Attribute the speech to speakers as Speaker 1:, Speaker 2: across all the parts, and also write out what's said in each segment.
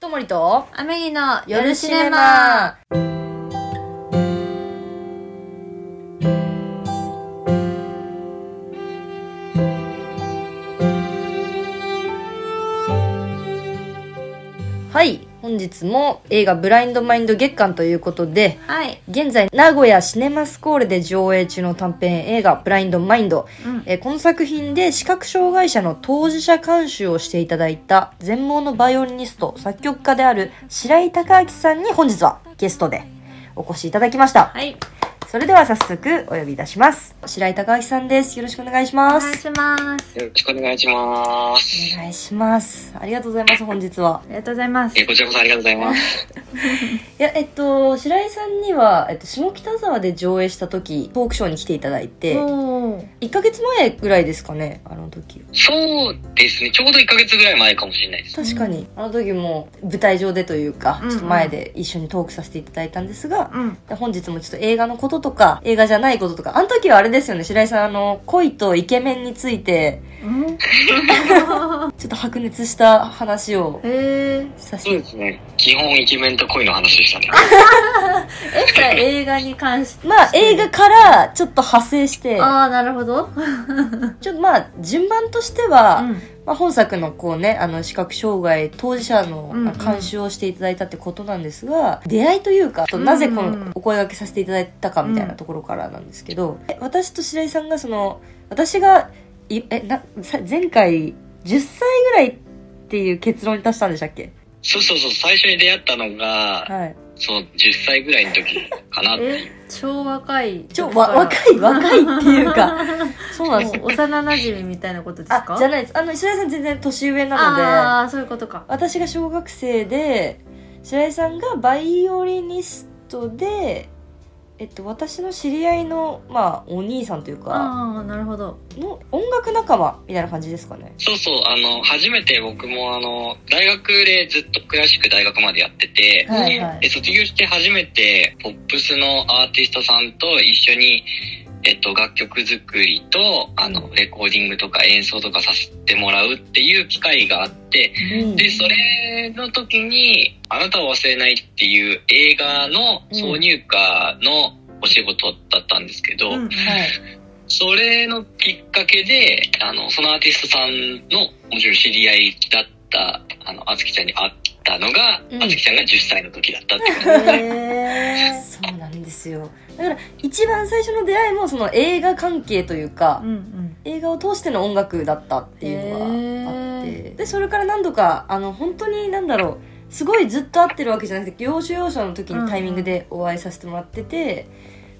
Speaker 1: ともりと
Speaker 2: アメリの
Speaker 1: 夜
Speaker 2: 夜
Speaker 1: シ
Speaker 2: シ
Speaker 1: ネ
Speaker 2: ネ
Speaker 1: マ
Speaker 2: マ
Speaker 1: はい本日も映画「ブラインドマインド月間」ということで
Speaker 2: はい、
Speaker 1: 現在名古屋シネマスコーレで上映中の短編映画「ブラインドマインド」
Speaker 2: うん、
Speaker 1: えーこの作品で視覚障害者の当事者監修をしていただいた全盲のバイオリニスト作曲家である白井孝明さんに本日はゲストでお越しいただきました
Speaker 2: はい
Speaker 1: それでは早速お呼びいたします白井孝明さんですよろしくお願いし
Speaker 2: お
Speaker 1: ま
Speaker 2: 願い
Speaker 1: す
Speaker 2: します
Speaker 3: よろしくお願いします。
Speaker 1: お願いしますありがとうございます本日は
Speaker 2: ありがとうございます
Speaker 3: えこちらこそありがとうございます。
Speaker 1: いやえっと白井さんには、えっと、下北沢で上映した時トークショーに来ていただいて
Speaker 2: おー
Speaker 1: 1ヶ月前ぐらいですかねあの時
Speaker 3: そうですね。ちょうど1ヶ月ぐらい前かもしれないです。
Speaker 1: 確かに、あの時も舞台上でというか、
Speaker 2: うんうん
Speaker 1: ちょっと前で一緒にトークさせていただいたんですが、
Speaker 2: うん
Speaker 1: 本日もちょっと映画のこととか映画じゃないこととかあの時はあれですよね白井さんあの恋とイケメンについて
Speaker 2: うん
Speaker 1: ちょっと白熱した話を
Speaker 2: へー
Speaker 1: させ
Speaker 3: そう
Speaker 1: て
Speaker 3: ですね。基本イケメンと恋の話でしたね。
Speaker 2: えじゃあ映画に関して
Speaker 1: まあ映画からちょっと派生して
Speaker 2: ああなるほど、
Speaker 1: ちょっとまあ順番としては、まあ、本作のこうねあの視覚障害当事者の
Speaker 2: うんうん
Speaker 1: 監修をしていただいたってことなんですが、出会いというかちょっとなぜこ
Speaker 2: うんうんう
Speaker 1: の
Speaker 2: ん
Speaker 1: お声掛けさせていただいたかみたいなところからなんですけど、え私と白井さんがその私がいえなさ前回10歳ぐらいっていう結論に達したんでしたっけ
Speaker 3: そうそうそう。最初に出会ったのが、
Speaker 1: はい
Speaker 3: そう、10歳ぐらいの時かな。
Speaker 2: え超若い
Speaker 1: ちょわ若い若いっていう かそうなんです
Speaker 2: もう幼馴染みたいなことですか
Speaker 1: あじゃないですあの白井さん全然年上なので
Speaker 2: ああそういうことか
Speaker 1: 私が小学生で白井さんがバイオリニストで、えっと、私の知り合いの、まあ、お兄さんというか
Speaker 2: ああなるほど
Speaker 1: の音楽仲間みたいな感じですかね
Speaker 3: そうそう。あの、初めて僕もあの、大学でずっとクラシック大学までやってて、
Speaker 1: はいはい
Speaker 3: で卒業して初めてポップスのアーティストさんと一緒に、えっと、楽曲作りとあのレコーディングとか演奏とかさせてもらうっていう機会があって
Speaker 1: うん
Speaker 3: でそれの時に「あなたを忘れない」っていう映画の挿入歌のお仕事だったんですけど、
Speaker 2: う
Speaker 1: は
Speaker 2: ん
Speaker 1: い
Speaker 3: それのきっかけであのそのアーティストさんのもちろん知り合いだったあのあつきちゃんに会ったのが、
Speaker 1: うん
Speaker 3: あつきちゃんが10歳の時だったっていう
Speaker 2: へー
Speaker 1: そうなんですよだから一番最初の出会いもその映画関係というか、
Speaker 2: うんうん
Speaker 1: 映画を通しての音楽だったっていうのがあって、
Speaker 2: へ
Speaker 1: でそれから何度かあの本当に何だろうすごいずっと会ってるわけじゃなくて要所要所の時にタイミングでお会いさせてもらってて、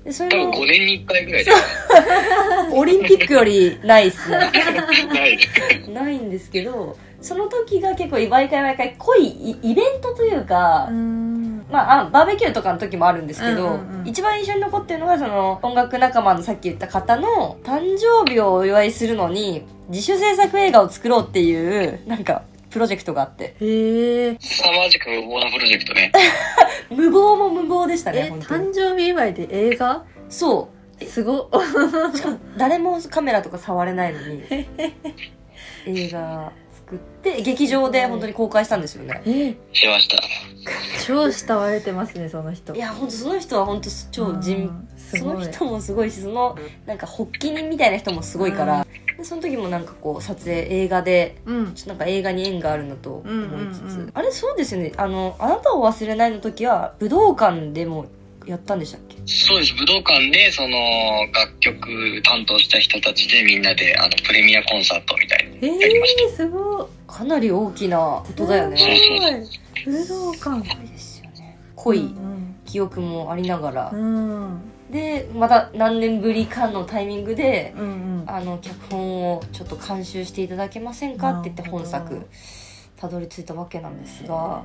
Speaker 1: でそ
Speaker 3: 多
Speaker 1: れ
Speaker 3: 分
Speaker 1: も
Speaker 3: 5年に1回ぐらい です
Speaker 1: オリンピックよりないっすね
Speaker 3: ない
Speaker 1: ないんですけどその時が結構毎回毎回濃いイイベントというか、
Speaker 2: うん
Speaker 1: まあ、あバーベキューとかの時もあるんですけど、
Speaker 2: うんうんうん
Speaker 1: 一番印象に残ってるのがその音楽仲間のさっき言った方の誕生日をお祝いするのに自主制作映画を作ろうっていうなんかプロジェクトがあって
Speaker 2: へえ
Speaker 3: 凄まじく無謀なプロジェクトね。
Speaker 1: 無謀も無謀でしたね
Speaker 2: え
Speaker 1: 本当に
Speaker 2: 誕生日祝いで映画
Speaker 1: そ
Speaker 2: すご
Speaker 1: うしかも誰もカメラとか触れない のに映画作って劇場で本当に公開したんですよね
Speaker 2: え
Speaker 3: しました。
Speaker 2: 超慕われてますねその人
Speaker 1: いや本当その人は本当超人
Speaker 2: うんす
Speaker 1: その
Speaker 2: ごい
Speaker 1: 人もすごいしそのなんか発起人みたいな人もすごいから、でその時もなんかこう撮影映画で
Speaker 2: うん
Speaker 1: ちょっとなんか映画に縁があるんだと思いつつ、
Speaker 2: うんうんうん
Speaker 1: あれそうですよねあの「あなたを忘れない」の時は武道館でもやったんでしたっけ
Speaker 3: そうです。武道館で、その、楽曲担当した人たちでみんなで、あの、プレミアコンサートみたいな。
Speaker 2: えー、すごい
Speaker 1: かなり大きなことだよ
Speaker 2: す
Speaker 1: ね、
Speaker 2: ごい武道館
Speaker 1: すごいですよね濃い
Speaker 2: うん
Speaker 1: 記憶もありながら
Speaker 2: う、ん
Speaker 1: でまた何年ぶりかのタイミングで
Speaker 2: うんうん
Speaker 1: あの脚本をちょっと監修していただけませんかって言って本
Speaker 2: な
Speaker 1: 作
Speaker 2: る
Speaker 1: た
Speaker 2: ほ
Speaker 1: どり着いたわけなんですが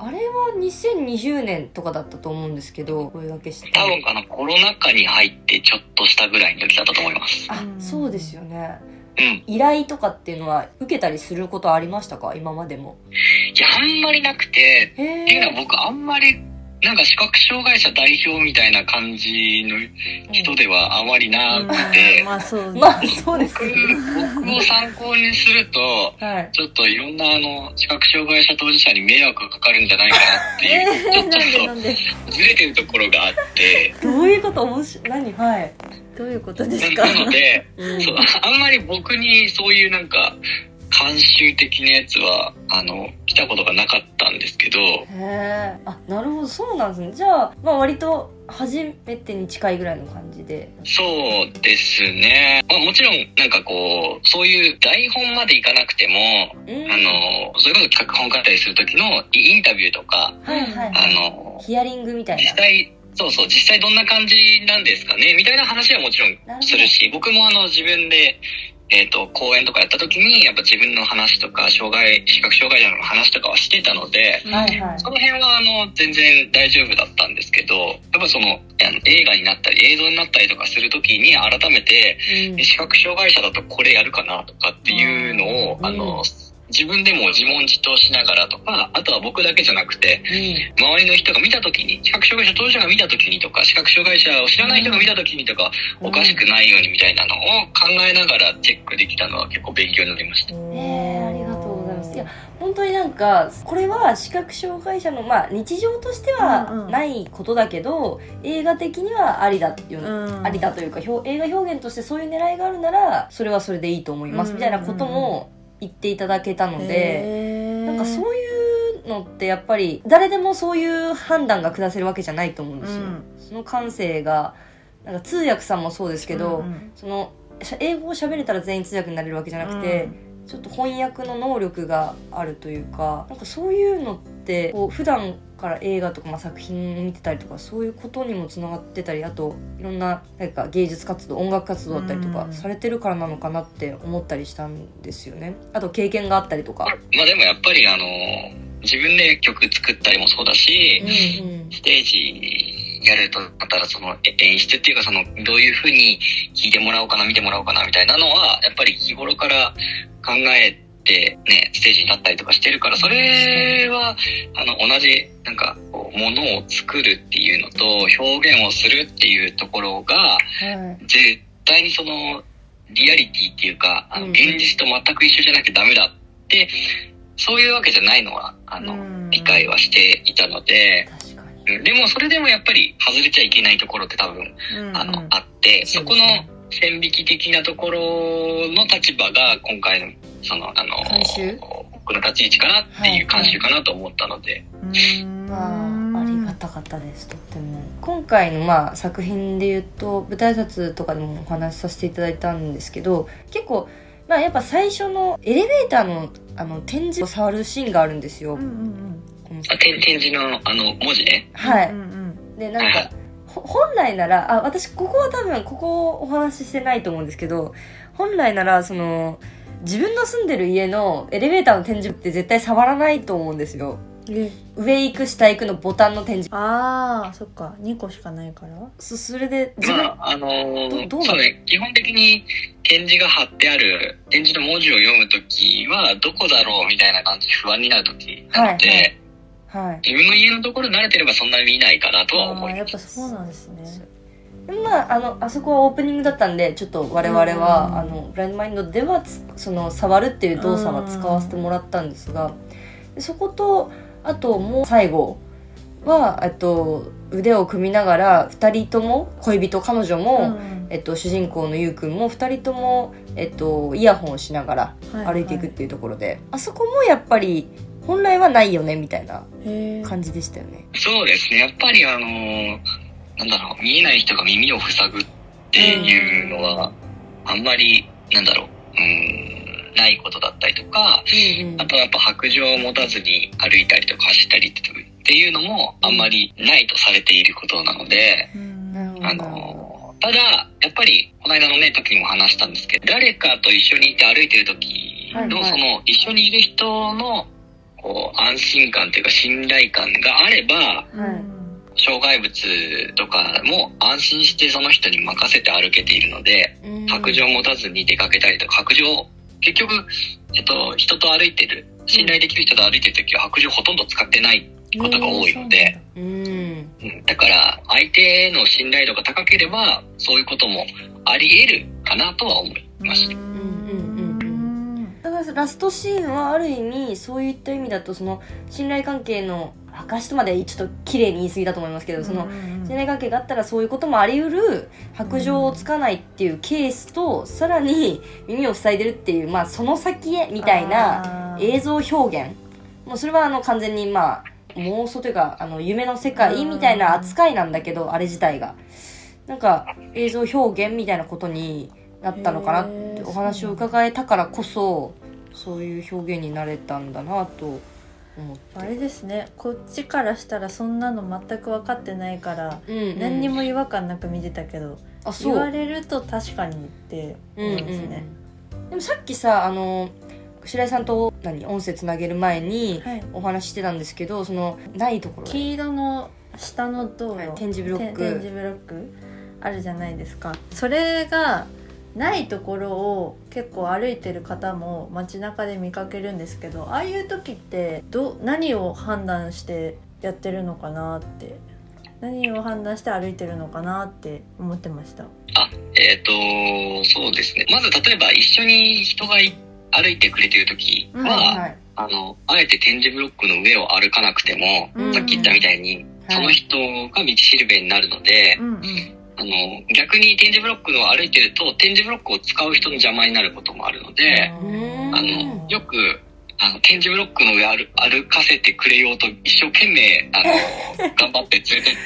Speaker 1: あれは2020年とかだったと思うんですけどお声掛けして
Speaker 3: 多分あの、コロナ禍に入ってちょっとしたぐらいの時だったと思います。
Speaker 1: あ
Speaker 2: うん
Speaker 1: そうですよね
Speaker 3: うん。
Speaker 1: 依頼とかっていうのは受けたりすることありましたか今までも
Speaker 3: いや、あんまりなくて、
Speaker 1: へ
Speaker 3: っていうのは
Speaker 1: え
Speaker 3: 僕あんまりなんか視覚障害者代表みたいな感じの人ではあまりなくて、
Speaker 2: まあそう
Speaker 1: まあ、そうです
Speaker 3: 僕。僕を参考にすると、
Speaker 1: はい。
Speaker 3: ちょっといろんなあの視覚障害者当事者に迷惑がかかるんじゃないかなって
Speaker 2: え
Speaker 3: いう、
Speaker 2: ー、なん
Speaker 3: ち
Speaker 2: で
Speaker 3: ょ
Speaker 2: な
Speaker 3: っ
Speaker 2: んで
Speaker 3: とずれてるところがあって、
Speaker 1: どういうこと面白い。何はい。
Speaker 2: どういうことですか
Speaker 3: なので、
Speaker 1: うん
Speaker 3: そうあんまり僕にそういうなんか慣習的なやつはあの来たことがなかったんですけど
Speaker 1: へえ。あ、なるほど。そうなんですね。じゃあ、まあ割と初めてに近いぐらいの感じで。
Speaker 3: そうですね、まあ、もちろんなんかこうそういう台本までいかなくても
Speaker 1: うん。
Speaker 3: あのそれこそ脚本書いたりする時のインタビューとか
Speaker 1: はいはい
Speaker 3: あ
Speaker 1: はい。
Speaker 3: の
Speaker 1: ヒアリングみたい
Speaker 3: 実際そうそう実際どんな感じなんですかねみたいな話はもちろん
Speaker 1: な。なる
Speaker 3: するし僕もあの自分で、えっと講演とかやった時にやっぱ自分の話とか障害視覚障害者の話とかはしてたので
Speaker 1: ほど。はいはい。
Speaker 3: その辺はあの全然大丈夫だったんですけどやっぱそのあの映画になったり映像になったりとかする時に改めて
Speaker 1: うん
Speaker 3: え視覚障害者だとこれやるかなとかっていうのを
Speaker 1: うん
Speaker 3: あの自分でも自問自答しながらとかあとは僕だけじゃなくて
Speaker 1: うん
Speaker 3: 周りの人が見た時に視覚障害者当事者が見た時にとか視覚障害者を知らない人が見た時にとかおかしくないようにみたいなのを考えながらチェックできたのは結構勉強になりました。
Speaker 1: えー、ありがとうございますいや本当になんかこれは視覚障害者の、まあ、日常として
Speaker 2: うん
Speaker 1: は
Speaker 2: うん
Speaker 1: ないことだけど、映画的にはありだっていうの、
Speaker 2: うん
Speaker 1: ありだというか表映画表現としてそういう狙いがあるならそれはそれでいいと思います、
Speaker 2: うん
Speaker 1: みたいなことも言っていただけたので、
Speaker 2: えー
Speaker 1: なんかそういうのってやっぱり誰でもそういう判断が下せるわけじゃないと思うんですよ。
Speaker 2: うん
Speaker 1: その感性がなんか通訳さんもそうですけど、
Speaker 2: うんうん
Speaker 1: そのしゃ英語を喋れたら全員通訳になれるわけじゃなくて、ちょっと翻訳の能力があるというかなんかそういうのってこう普段から映画とか、まあ、作品を見てたりとかそういうことにもつながってたりあといろんななんか芸術活動音楽活動だったりと
Speaker 2: う
Speaker 1: か
Speaker 2: ん
Speaker 1: されてるからなのかなって思ったりしたんですよねあと経験があったりとか。
Speaker 3: まあでもやっぱりあの自分で曲作ったりもそうだし、
Speaker 1: うんうん
Speaker 3: ステージやるとなったらそのえ演出っていうかそのどういう風に聴いてもらおうかな見てもらおうかなみたいなのはやっぱり日頃から考えてねステージに立ったりとかしてるからそれはあの同じなんかこうものを作るっていうのと表現をするっていうところが
Speaker 1: はい
Speaker 3: 絶対にそのリアリティっていうかあの
Speaker 1: うん
Speaker 3: 現実と全く一緒じゃなきゃダメだってそういうわけじゃないのはあの
Speaker 2: うん
Speaker 3: 理解はしていたので。
Speaker 1: 確かに
Speaker 3: うんでもそれでもやっぱり外れちゃいけないところって多分
Speaker 2: うん
Speaker 3: あの、
Speaker 2: うん
Speaker 3: あって、
Speaker 1: そ
Speaker 3: そうこ
Speaker 1: です
Speaker 3: の
Speaker 1: ね
Speaker 3: 線引き的なところの立場が今回のそのあの
Speaker 1: 慣習
Speaker 3: 僕の立ち位置かなっていう
Speaker 1: はい
Speaker 3: 慣習かなと思ったので、
Speaker 2: うん
Speaker 1: まあ、ありがたかったですとっても今回のまあ作品で言うと舞台挨拶とかでもお話しさせていただいたんですけど結構まあやっぱ最初のエレベーターのあの展示を触るシーンがあるんですよ、
Speaker 2: うんうん
Speaker 1: この
Speaker 3: あ
Speaker 1: 作
Speaker 3: て
Speaker 1: 品
Speaker 3: 展示のあの文字ね
Speaker 1: は
Speaker 2: う
Speaker 1: い
Speaker 2: んうん
Speaker 1: でなんかほ本来ならあ私ここは多分ここをお話ししてないと思うんですけど本来ならその自分の住んでる家のエレベーターの展示って絶対触らないと思うんですよ
Speaker 2: え
Speaker 1: 上行く下行くのボタンの展示
Speaker 2: ああそっか二個しかないから
Speaker 1: そそれで自
Speaker 3: ま
Speaker 1: 分、
Speaker 3: ああのー
Speaker 1: どどうなの
Speaker 3: そうね基本的に展示が貼ってある展示の文字を読むときはどこだろうみたいな感じで不安になるときなので、
Speaker 1: はいははい
Speaker 3: 自分の家のところ慣れてればそんなに見ないかなとは
Speaker 2: あ
Speaker 3: 思
Speaker 2: あ
Speaker 3: い
Speaker 2: やっ
Speaker 3: ます
Speaker 2: ぱそうなんですね
Speaker 1: まあ、あのあそこはオープニングだったんでちょっと我々は、
Speaker 2: うん
Speaker 1: あのブラインドマインドではつその触るっていう動作は使わせてもらったんですが、でそことあともう最後はえっと腕を組みながら2人とも恋人彼女も、
Speaker 2: ん
Speaker 1: えっと、主人公のゆうくんも2人とも、えっと、イヤホンをしながら歩いていくっていうところで、あそこもやっぱり本来はないよねみたいな
Speaker 2: へえ
Speaker 1: 感じでしたよね。
Speaker 3: そうですね。やっぱりあのーなんだろう、見えない人が耳を塞ぐっていうのは、あんまり、なんだろう、うーん、ないことだったりとか、
Speaker 1: うんうん
Speaker 3: あとはやっぱ白状を持たずに歩いたりとか走ったりっていうのも、あんまりないとされていることなので、
Speaker 2: うん
Speaker 1: なるほどな
Speaker 3: あ
Speaker 1: るほど
Speaker 3: のーただ、やっぱり、この間のね、時にも話したんですけど、誰かと一緒にいて歩いてる時の、
Speaker 1: はいはい
Speaker 3: その、一緒にいる人の、こう、安心感というか信頼感があれば、
Speaker 1: はい
Speaker 2: うん
Speaker 3: 障害物とかも安心してその人に任せて歩けているので、
Speaker 1: うん
Speaker 3: 白状を持たずに出かけたりとか、白状、結局、えっと、人と歩いてる、信頼できる人と歩いてる時は白状ほとんど使ってないことが多いので、
Speaker 1: うんうん
Speaker 3: うんだから、相手の信頼度が高ければ、そういうこともあり得るかなとは思いました。
Speaker 1: うんうん
Speaker 2: うん
Speaker 1: だからラストシーンはある意味そういった意味だとその信頼関係の証とまではちょっと綺麗に言い過ぎだと思いますけどその信頼関係があったらそういうこともあり得る白状をつかないっていうケースとさらに耳を塞いでるっていう、まあ、その先へみたいな
Speaker 2: な
Speaker 1: 映像表現もうそれはあの完全にまあ妄想というかあの夢の世界みたいな扱いなんだけどあれ自体がなんか映像表現みたいなことになったのかなってお話を伺えたからこそそういう表現になれたんだなと思って。
Speaker 2: あれですねこっちからしたらそんなの全く分かってないから
Speaker 1: うんうん
Speaker 2: 何にも違和感なく見てたけど
Speaker 1: あ
Speaker 2: 言
Speaker 1: そう
Speaker 2: われると確かにって思いますね。
Speaker 1: でもさっきさあの白井さんと何音声つなげる前に
Speaker 2: はい
Speaker 1: お話ししてたんですけどそのないところで
Speaker 2: 黄色の下の道路、
Speaker 1: 点字ブロッ
Speaker 2: 点
Speaker 1: ク
Speaker 2: 点字ブロックあるじゃないですかそれがないところを結構歩いてる方も街中で見かけるんですけどああいう時ってどう何を判断してやってるのかなって何を判断して歩いてるのかなって思ってました。
Speaker 3: あ、えっ、と、そうですね。まず例えば一緒に人がい歩いてくれてる時は、
Speaker 2: うんはい
Speaker 1: はい
Speaker 3: あの、あえて点字ブロックの上を歩かなくても、
Speaker 2: うん
Speaker 3: さっき言ったみたいに、その人が道しるべになるので
Speaker 2: う、んうん、
Speaker 3: あの、逆に点字ブロックを歩いてると、点字ブロックを使う人の邪魔になることもあるので、
Speaker 1: うん
Speaker 3: あの、よく、あの、点字ブロックの上歩歩かせてくれようと一生懸命、あの、頑張って連れて、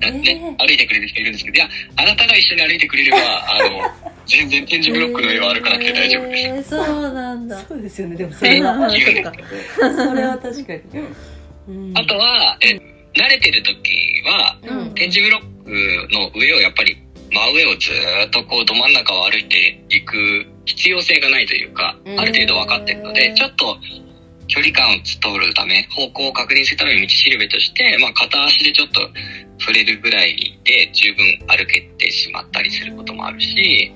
Speaker 3: なね、歩いてくれる人いるんですけど、いや、あなたが一緒に歩いてくれれば、あの、全然点字ブロックの上を歩かなくて大丈夫です。
Speaker 2: えーそうなん だ。
Speaker 1: そうですよねでもそ
Speaker 3: って
Speaker 1: れ
Speaker 3: 言
Speaker 1: は
Speaker 3: うんですけど
Speaker 2: そっか
Speaker 1: それは確かに、うん、
Speaker 3: あとは、え、慣れてる時は、
Speaker 1: うん
Speaker 3: 点字ブロックの上をやっぱり、真上をずーっとこう、ど真ん中を歩いていく必要性がないというか
Speaker 1: う、ん
Speaker 3: ある程度分かってるので、ちょっと、距離感を取るため、方向を確認するために道しるべとして、まあ、片足でちょっと触れるぐらいで十分歩けてしまったりすることもあるし、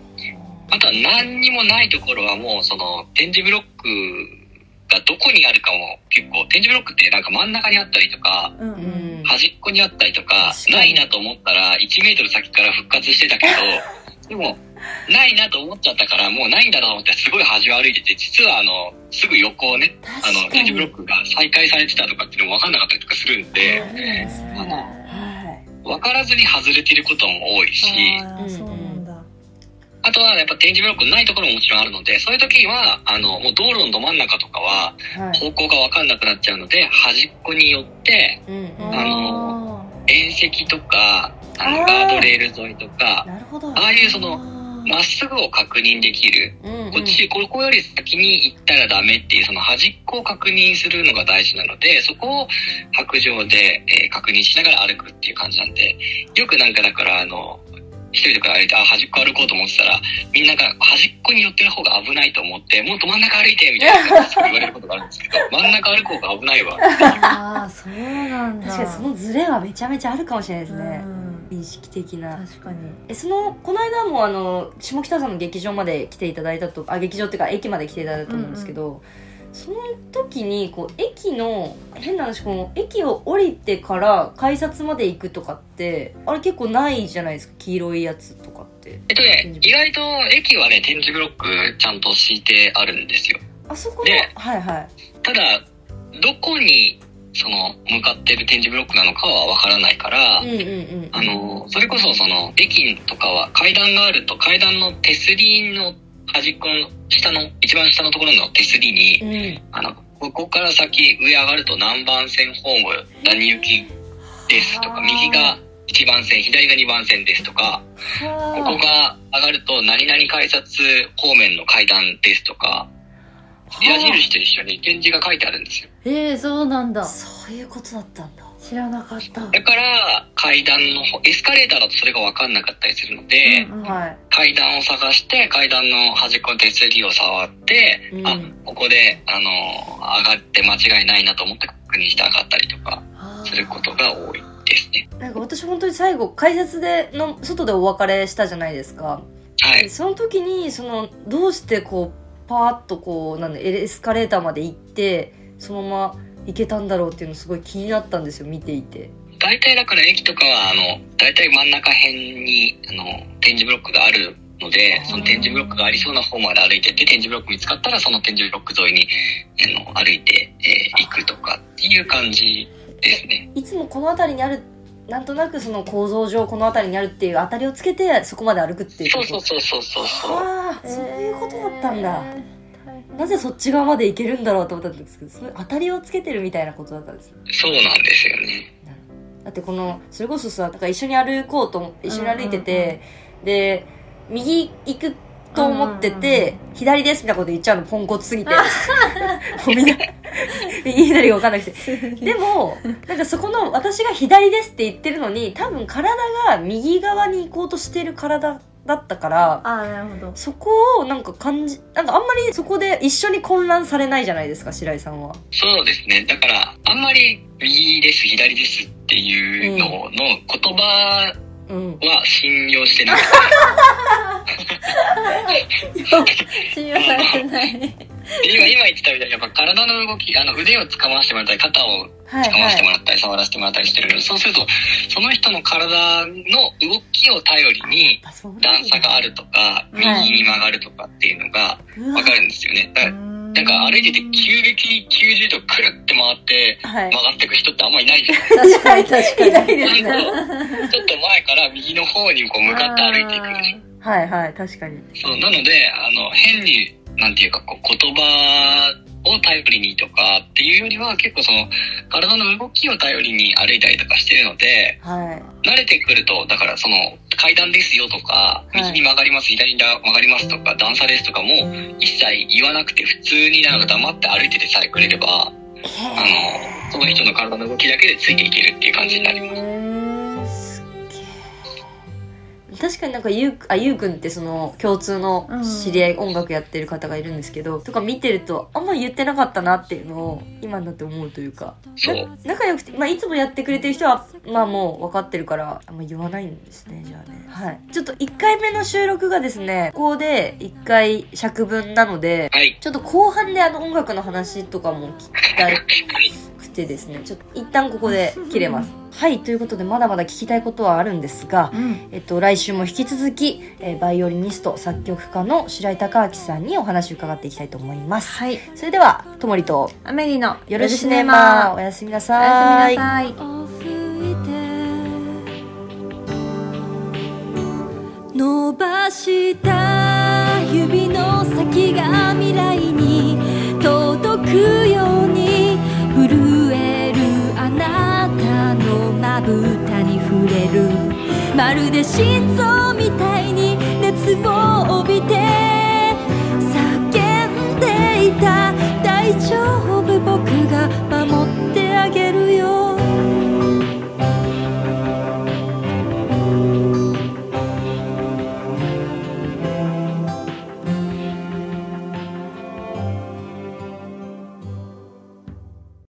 Speaker 3: あとは何にもないところはもうその点字ブロックがどこにあるかも結構点字ブロックってなんか真ん中にあったりとか
Speaker 2: うんう
Speaker 1: うんん
Speaker 3: 端っこにあったりとか
Speaker 1: 確かに
Speaker 3: ないなと思ったら1メートル先から復活してたけ どでもないなと思っちゃったからもうないんだろうと思ってすごい端を歩いてて実はあのすぐ横をねあの
Speaker 1: 確か
Speaker 3: 点字ブロ
Speaker 1: に
Speaker 3: ックが再開されてたとかっていうのも分かんなかったりとかするんで
Speaker 1: あるんですね
Speaker 3: あ
Speaker 1: はい
Speaker 3: 分からずに外れてることも多いし
Speaker 2: あーそうなんだ。
Speaker 3: あとはやっぱ点字ブロックないところももちろんあるので、そういう時は、あの、もう道路のど真ん中とかは、
Speaker 1: はい
Speaker 3: 方向がわかんなくなっちゃうので、端っこに寄って、
Speaker 1: うんうん
Speaker 3: あの縁石とか、あの、ガードレール沿いとか、
Speaker 1: なるほど
Speaker 3: ああいうその、
Speaker 2: の
Speaker 3: まっすぐを確認できる。
Speaker 1: うんうん
Speaker 3: こっち、ここより先に行ったらダメっていう、その端っこを確認するのが大事なので、そこを白状で、えー確認しながら歩くっていう感じなんで、よくなんかだから、あの、一人とか歩いて、あ、端っこ歩こうと思ってたら、みんなが端っこに寄ってる方が危ないと思って、もっと真ん中歩いてみたいな感じで言われることがあるん ですけど、真ん中歩く方が危ないわ。
Speaker 2: ああそうなんだ。
Speaker 1: 確かにそのズレはめちゃめちゃあるかもしれないですね
Speaker 2: う、ん
Speaker 1: 認識的な
Speaker 2: 確かに。
Speaker 1: えそのこの間もあの下北沢の劇場まで来ていただいたとあ劇場っていうか駅まで来ていただいたと思うんですけど、その時にこう駅の変な話この駅を降りてから改札まで行くとかってあれ結構ないじゃないですか黄色いやつとかって
Speaker 3: えっとね、意外と駅はね、点字ブロックちゃんと敷いてあるんですよ。
Speaker 1: あそこの、
Speaker 3: ね
Speaker 1: はいはい
Speaker 3: ただ、どこに、その、向かってる点字ブロックなのかはわからないから、
Speaker 1: うんうんうん
Speaker 3: あの、それこそその、駅とかは階段があると階段の手すりの端っこの下の、一番下のところの手すりに、
Speaker 1: うん
Speaker 3: あの、ここから先上上がると何番線ホーム何行きですとか、右が1番線、左が2番線ですとか、ここ
Speaker 1: は
Speaker 3: が上がると何々改札方面の階段ですとか、矢印と一緒に点字が書いてあるんですよ。
Speaker 2: えー、そうなん
Speaker 1: あ
Speaker 2: だ。
Speaker 1: そういうことだったんだ
Speaker 2: 知らなかった。
Speaker 3: だから、階段の方、エスカレーターだとそれがわかんなかったりするので、
Speaker 2: うんうん
Speaker 1: はい
Speaker 3: 階段を探して、階段の端っこの手すりを触って、
Speaker 1: うん
Speaker 3: あ、ここで、あの、上がって間違いないなと思って確認して上がったりとか
Speaker 2: あー
Speaker 3: することが多いですね。
Speaker 1: なんか私本当に最後改札での外でお別れしたじゃないですか
Speaker 3: はい。
Speaker 1: その時にそのどうしてこうパーッとこうなんだエスカレーターまで行ってそのまま行けたんだろうっていうのすごい気になったんですよ見ていて
Speaker 3: 大体だから駅とかは、あの、大体真ん中辺に、あの、展示ブロックがあるので、その展示ブロックがありそうな方まで歩いてって、展示ブロック見つかったら、その展示ブロック沿いに、あの、歩いて、えー行くとかっていう感じですね。
Speaker 1: いつもこの辺りにあるなんとなくその構造上この辺りにあるっていう当たりをつけてそこまで歩くっていう
Speaker 3: そ
Speaker 1: こ
Speaker 3: う
Speaker 1: と
Speaker 3: そうそうそうそうそう。
Speaker 1: ああそういうことだったんだ、
Speaker 2: えー
Speaker 1: なぜそっち側まで行けるんだろうと思ったんですけどそれ当たりをつけてるみたいなことだったんです
Speaker 3: そうなんですよね。
Speaker 1: だってこのそれこそさなんか一緒に歩こうと思って一緒に歩いてて、で右行くと思ってて、左ですみたいなこと言っちゃうのポンコツすぎて もうみんな右左が分かんなくてでもなんかそこの私が左ですって言ってるのに多分体が右側に行こうとしてる体だったから
Speaker 2: あーなるほ ど
Speaker 1: そこをなんか感じなんかあんまりそこで一緒に混乱されないじゃないですか白井さんは。
Speaker 3: そうですね。だから、あんまり右です、左ですっていうのの言葉
Speaker 1: うん、
Speaker 3: は信用してなくて、
Speaker 2: 信用されてない
Speaker 3: 今今言ってたみたいに、やっぱ体の動き、あの腕をつかましてもらったり、肩を
Speaker 1: はい
Speaker 3: かま
Speaker 1: は
Speaker 3: しても
Speaker 1: い。
Speaker 3: らったり触らせてもらったりしてるけどそうするとその人の体の動きを頼りに
Speaker 1: あそうなんだ
Speaker 3: 段差があるとか右
Speaker 1: はい
Speaker 3: に曲がるとかっていうのが
Speaker 1: うわ
Speaker 3: 分かるんですよねだから なんか歩いてて急激に90度くるって回って
Speaker 1: はい
Speaker 3: 曲がっていく人ってあんまいないじゃない
Speaker 2: 確かに確 かに
Speaker 1: いないですね。
Speaker 3: ちょっと前から右の方にこう向かって歩いていくでしょ
Speaker 1: はいはい、確かに。
Speaker 3: そうなのであの変になんていうかこう言葉を頼りにとかっていうよりは結構その体の動きを頼りに歩いたりとかしてるので
Speaker 1: はい。
Speaker 3: 慣れてくるとだからその階段ですよとか
Speaker 1: い
Speaker 3: 右に曲がります、左に曲がりますとか段差ですとかも一切言わなくて普通になんか黙って歩いててさえくれればあのその人の体の動きだけでついていけるっていう感じになります
Speaker 1: すっげー確かになんかゆうくあゆうくんってその共通の知り合い、音楽やってる方がいるんですけどとか見てるとあんま言ってなかったなっていうのを今になって思うというか
Speaker 3: そう
Speaker 1: な仲良くて、まあ、いつもやってくれてる人はまあもう分かってるからあんま言わないんですねじゃあねはいちょっと1回目の収録がですねここで1回尺分なので
Speaker 3: はい
Speaker 1: ちょっと後半であの音楽の話とかも聞きたい
Speaker 3: はい
Speaker 1: くてですねちょっと一旦ここで切れますはいということでまだまだ聞きたいことはあるんですが、えっと、来週も引き続き、えーバイオリニスト作曲家の白井孝明さんにお話を伺っていきたいと思います
Speaker 2: はい
Speaker 1: それではともりと
Speaker 2: アメリの
Speaker 1: よろしねまおやすみな
Speaker 2: お
Speaker 1: さ
Speaker 2: やす
Speaker 1: い
Speaker 2: みなさい
Speaker 4: を吹いて伸ばした指の先が未来に届くように震えるあなたのまぶたに触れるまるで心臓みたいに熱を帯びて叫んでいた大丈夫僕が